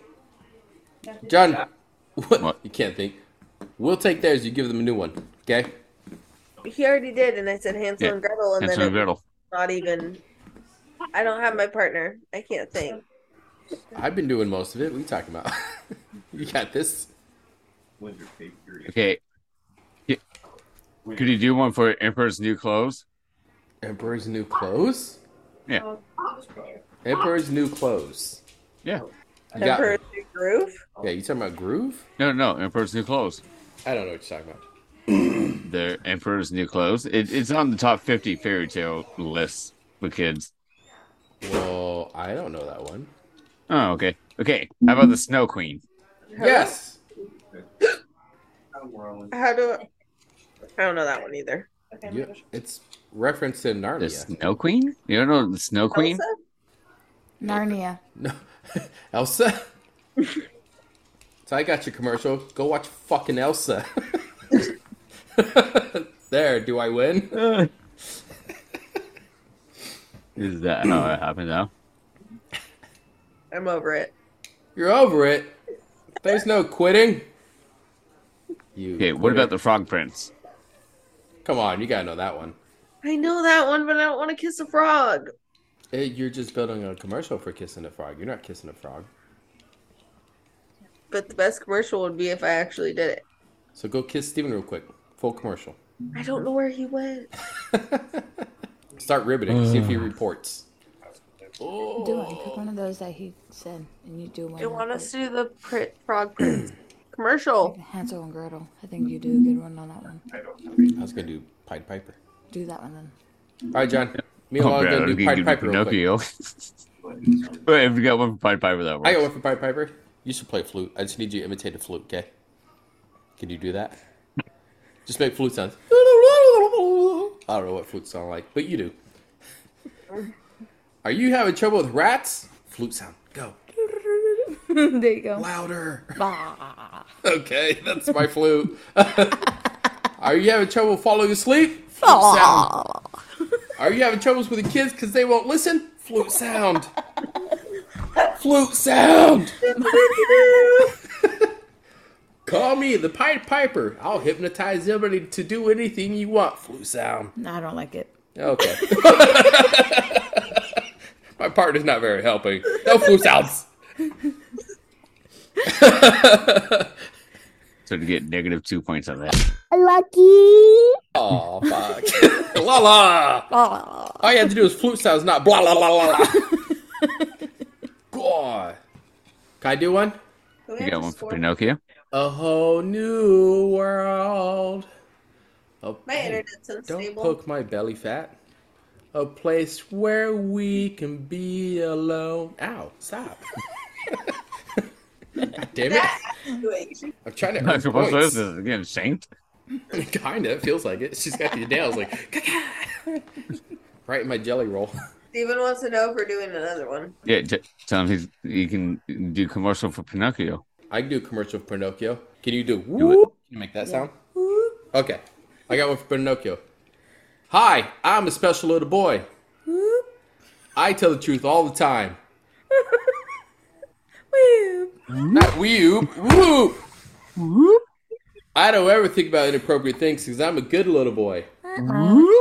Speaker 3: John. What?
Speaker 5: What?
Speaker 3: You can't think. We'll take theirs. You give them a new one. Okay.
Speaker 2: He already did, and I said Hansel
Speaker 5: Yeah,
Speaker 2: and Gretel, and
Speaker 5: Hansel
Speaker 2: then it
Speaker 5: and
Speaker 2: was
Speaker 5: Gretel.
Speaker 2: not even. I don't have my partner. I can't think.
Speaker 3: I've been doing most of it. What are you talking about? (laughs) you got this.
Speaker 1: Winter Bakery.
Speaker 5: Okay, could you do one for Emperor's New Clothes?
Speaker 3: Emperor's new clothes.
Speaker 5: Yeah,
Speaker 3: Emperor's new clothes.
Speaker 5: yeah.
Speaker 3: You got
Speaker 2: Emperor's New Groove.
Speaker 3: one. Yeah. You talking about groove?
Speaker 5: No, no, Emperor's New Clothes.
Speaker 3: I don't know what you're talking about.
Speaker 5: The Emperor's New Clothes. It, it's on the top fifty fairy tale list for kids.
Speaker 3: Well, I don't know that one.
Speaker 5: Oh, okay, okay. How about the Snow Queen?
Speaker 3: Yes.
Speaker 2: How do? I don't know that one either.
Speaker 3: Yeah, it's referenced in
Speaker 5: The
Speaker 3: Narnia.
Speaker 5: Snow Queen? You don't know the Snow Queen?
Speaker 2: Elsa?
Speaker 7: Narnia.
Speaker 3: No, Elsa. (laughs) so I got your commercial. Go watch fucking Elsa. (laughs) there, do I win?
Speaker 5: (laughs) Is that how it happened now?
Speaker 2: I'm over it.
Speaker 3: You're over it. There's no quitting. You.
Speaker 5: Okay, what about the Frog Prince?
Speaker 3: Come on, you gotta know that one.
Speaker 2: I know that one, but I don't want to kiss a frog.
Speaker 3: Eh, you're just building a commercial for kissing a frog. You're not kissing a frog.
Speaker 2: But the best commercial would be if I actually did it.
Speaker 3: So go kiss Steven real quick. Full commercial.
Speaker 2: I don't know where he went.
Speaker 3: Start riveting. See if he reports. Oh.
Speaker 7: Do it. Pick one of those that he said, and you do one.
Speaker 2: They
Speaker 7: real
Speaker 2: want
Speaker 7: quick.
Speaker 2: us to do the pr- frog prince (clears throat) commercial.
Speaker 7: Hansel and Gretel. I think you do a good one on that one.
Speaker 3: I was gonna do Pied Piper.
Speaker 7: Do that one then.
Speaker 3: All right, John. Me and Lana
Speaker 5: Brad,
Speaker 3: Oh, gonna
Speaker 5: you
Speaker 3: do
Speaker 5: can
Speaker 3: Pied
Speaker 5: give
Speaker 3: Piper real quick.
Speaker 5: Pinocchio. (laughs) Wait, if you got one for Pied Piper, that
Speaker 3: I got
Speaker 5: works.
Speaker 3: one for Pied Piper. You should play flute. I just need you to imitate the flute, okay? Can you do that? Just make flute sounds. I don't know what flutes sound like, but you do. Are you having trouble with rats? Flute sound. Go.
Speaker 7: (laughs) there you go.
Speaker 3: Louder.
Speaker 7: Bah.
Speaker 3: (laughs) Okay, that's my flute. Are you having trouble falling asleep? Flute sound. Are you having troubles with the kids because they won't listen? Flute sound. Flute sound. (laughs) Call me the Pied Piper. I'll hypnotize everybody to do anything you want. Flute sound.
Speaker 7: No, I don't like it.
Speaker 3: Okay. (laughs) My partner's not very helping. No flute sounds.
Speaker 5: So to get negative two points on that.
Speaker 6: Lucky.
Speaker 3: Oh fuck. (laughs) la la.
Speaker 7: (laughs)
Speaker 3: All you have to do is flute sounds, not blah blah blah blah.
Speaker 7: (laughs)
Speaker 3: blah. God. Can I do one?
Speaker 5: You got one for Pinocchio. (laughs)
Speaker 3: A whole new world. A
Speaker 2: My internet's
Speaker 3: Don't
Speaker 2: unstable.
Speaker 3: poke my belly fat. A place where we can be alone. Ow! Stop. (laughs) God damn it!
Speaker 2: Situation.
Speaker 3: I'm trying to.
Speaker 5: I'm
Speaker 3: earn
Speaker 5: supposed to
Speaker 3: points.
Speaker 5: listen again, Saint.
Speaker 3: (laughs) kind of feels like it. She's got the nails like (laughs) "Caca." right in my jelly roll.
Speaker 2: Steven wants to know if we're doing another one.
Speaker 5: Yeah, t- tell him he's, he can do commercial for Pinocchio.
Speaker 3: I can do a commercial for Pinocchio. Can you do whoop? Can you make that sound? Okay. I got one for Pinocchio. Hi, I'm a special little boy. I tell the truth all the time. Not weeb. Whoop. I don't ever think about inappropriate things because I'm a good little boy. What?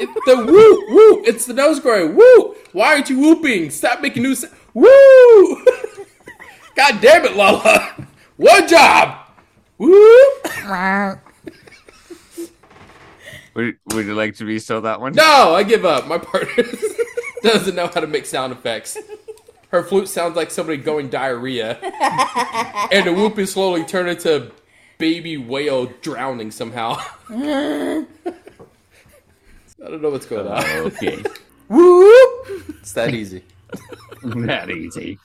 Speaker 3: It's the whoop, whoop. It's the nose growing. Whoop. Why aren't you whooping? Stop making new sound. Woo! (laughs) God damn it, Lala. (laughs) One job. Whoop.
Speaker 5: Would, would you like to resell that one?
Speaker 3: No, I give up. My partner (laughs) doesn't know how to make sound effects. Her flute sounds like somebody going diarrhea,
Speaker 7: (laughs)
Speaker 3: and the whoop is slowly turned into baby whale drowning somehow. (laughs) I don't know what's going on. (laughs)
Speaker 5: Okay, (laughs)
Speaker 3: Whoop! It's that easy.
Speaker 5: that easy.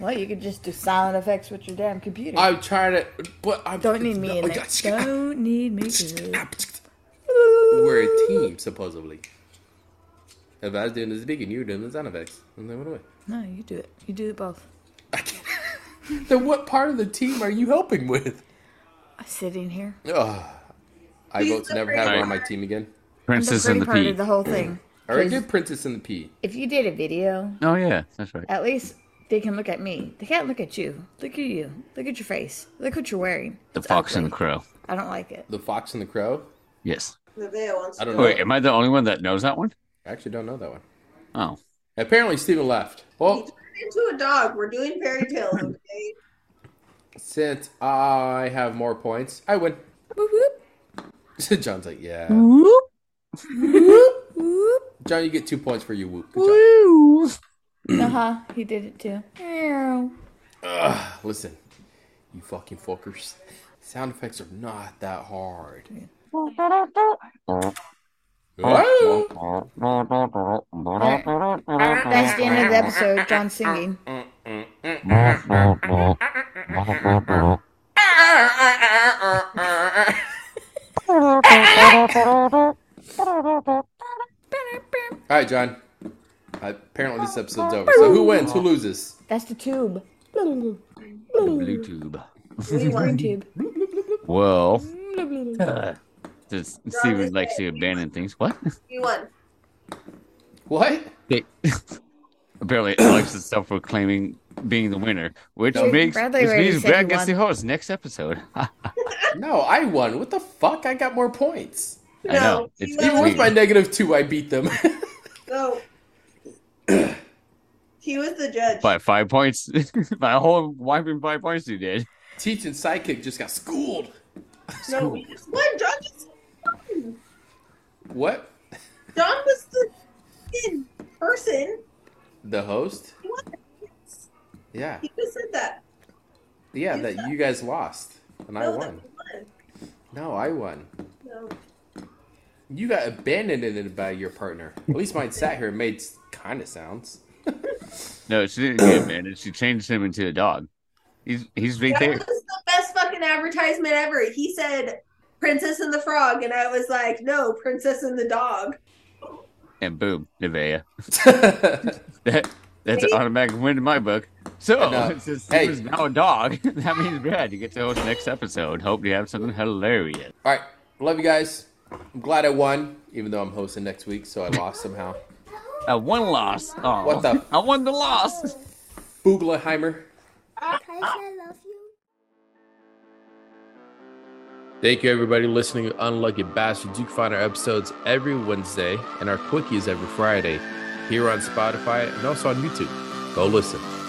Speaker 7: Well, you could just do sound effects with your damn computer.
Speaker 3: I'm trying to, but I
Speaker 7: don't need me in there. Don't need me. in it.
Speaker 3: (laughs) We're a team, supposedly. If I was doing the speaking, you were doing the sound effects. And then what do I?
Speaker 7: No, you do it. You do it both.
Speaker 3: (laughs) Then what part of the team are you helping with?
Speaker 7: I sit in here.
Speaker 3: Ugh. I
Speaker 2: He's
Speaker 3: vote to
Speaker 2: the
Speaker 3: never have her
Speaker 5: pretty
Speaker 3: on my team again.
Speaker 7: The
Speaker 5: Princess
Speaker 7: pretty
Speaker 5: and the
Speaker 7: part
Speaker 5: Pea.
Speaker 7: of the whole thing.
Speaker 3: I already
Speaker 7: Please.
Speaker 3: did Princess and the Pea.
Speaker 7: If you did a video,
Speaker 5: Oh yeah, that's right.
Speaker 7: at least they can look at me. They can't look at you. Look at you. Look at your face. Look what you're wearing.
Speaker 5: The Fox and the Crow.
Speaker 7: I don't like it. (clears throat)
Speaker 3: The Fox and the Crow?
Speaker 5: Yes.
Speaker 2: Nevaeh wants
Speaker 3: I
Speaker 2: to
Speaker 3: don't know.
Speaker 5: Wait, am I the only one that knows that one?
Speaker 3: I actually don't know that one.
Speaker 5: Oh,
Speaker 3: Apparently, Steven left.
Speaker 2: He
Speaker 3: Well,
Speaker 2: turned into a dog. We're doing fairy tales, okay?
Speaker 3: since I have more points, I win.
Speaker 7: Whoop, whoop,
Speaker 3: (laughs) John's like, yeah.
Speaker 7: whoop.
Speaker 3: (laughs) John, you get two points for your whoop. Good job.
Speaker 7: Uh huh. He did it too. Meow.
Speaker 3: Listen, you fucking fuckers. Sound effects are not that hard. Oh.
Speaker 7: That's the end of the episode. John singing.
Speaker 3: All right, John. Apparently, this episode's over. So, who wins? Who loses?
Speaker 7: That's the tube.
Speaker 5: Bluetooth.
Speaker 2: We want
Speaker 7: Tube.
Speaker 5: Well, uh, does Steven likes to abandon things? What?
Speaker 2: we won.
Speaker 3: What?
Speaker 5: They- (laughs) Apparently, Alex is self-proclaiming being the winner, which
Speaker 3: Dude,
Speaker 5: makes
Speaker 7: Bradley
Speaker 5: which
Speaker 7: already
Speaker 5: means
Speaker 7: said
Speaker 5: Brad
Speaker 7: he
Speaker 5: gets the
Speaker 7: won.
Speaker 5: host next episode. (laughs) I
Speaker 3: No, I won. What the fuck? I got more points.
Speaker 5: know
Speaker 2: you
Speaker 5: it's,
Speaker 2: won.
Speaker 5: it's
Speaker 3: Even with
Speaker 5: weird.
Speaker 3: my negative two, I beat them. (laughs)
Speaker 2: Go. he was the judge.
Speaker 5: by five points. (laughs) my whole wiping five points you did.
Speaker 3: Teaching sidekick just got schooled.
Speaker 2: no, we just won. John just won.
Speaker 3: What?
Speaker 2: John was the in person.
Speaker 3: The host?
Speaker 2: He won. Yes.
Speaker 3: Yeah,
Speaker 2: He just said that.
Speaker 3: yeah. That you guys lost, and I
Speaker 2: No,
Speaker 3: won.
Speaker 2: that
Speaker 3: No, I won.
Speaker 2: we won. No.
Speaker 3: You got abandoned in it by your partner. At least mine sat here and made kind of sounds.
Speaker 5: No, she didn't get abandoned. She changed him into a dog. He's he's right
Speaker 2: That
Speaker 5: there.
Speaker 2: was the best fucking advertisement ever. He said Princess and the Frog, and I was like, no, Princess and the Dog.
Speaker 5: and boom, Nevaeh.
Speaker 3: hey,
Speaker 5: That that's an automatic win in my book. So
Speaker 3: And,
Speaker 5: (laughs)
Speaker 3: uh,
Speaker 5: since
Speaker 3: hey.
Speaker 5: he was now a dog, (laughs) that means Brad, you get to host next episode. Hope you have something hilarious.
Speaker 3: all right. Love you guys. I'm glad I won, even though I'm hosting next week, so I lost somehow.
Speaker 5: I won loss. Oh,
Speaker 3: What the-
Speaker 5: (laughs) I won the loss.
Speaker 3: Boogleheimer. Thank you, everybody, listening to Unlucky Bastards. You can find our episodes every Wednesday and our quickies every Friday here on Spotify and also on YouTube. Go listen.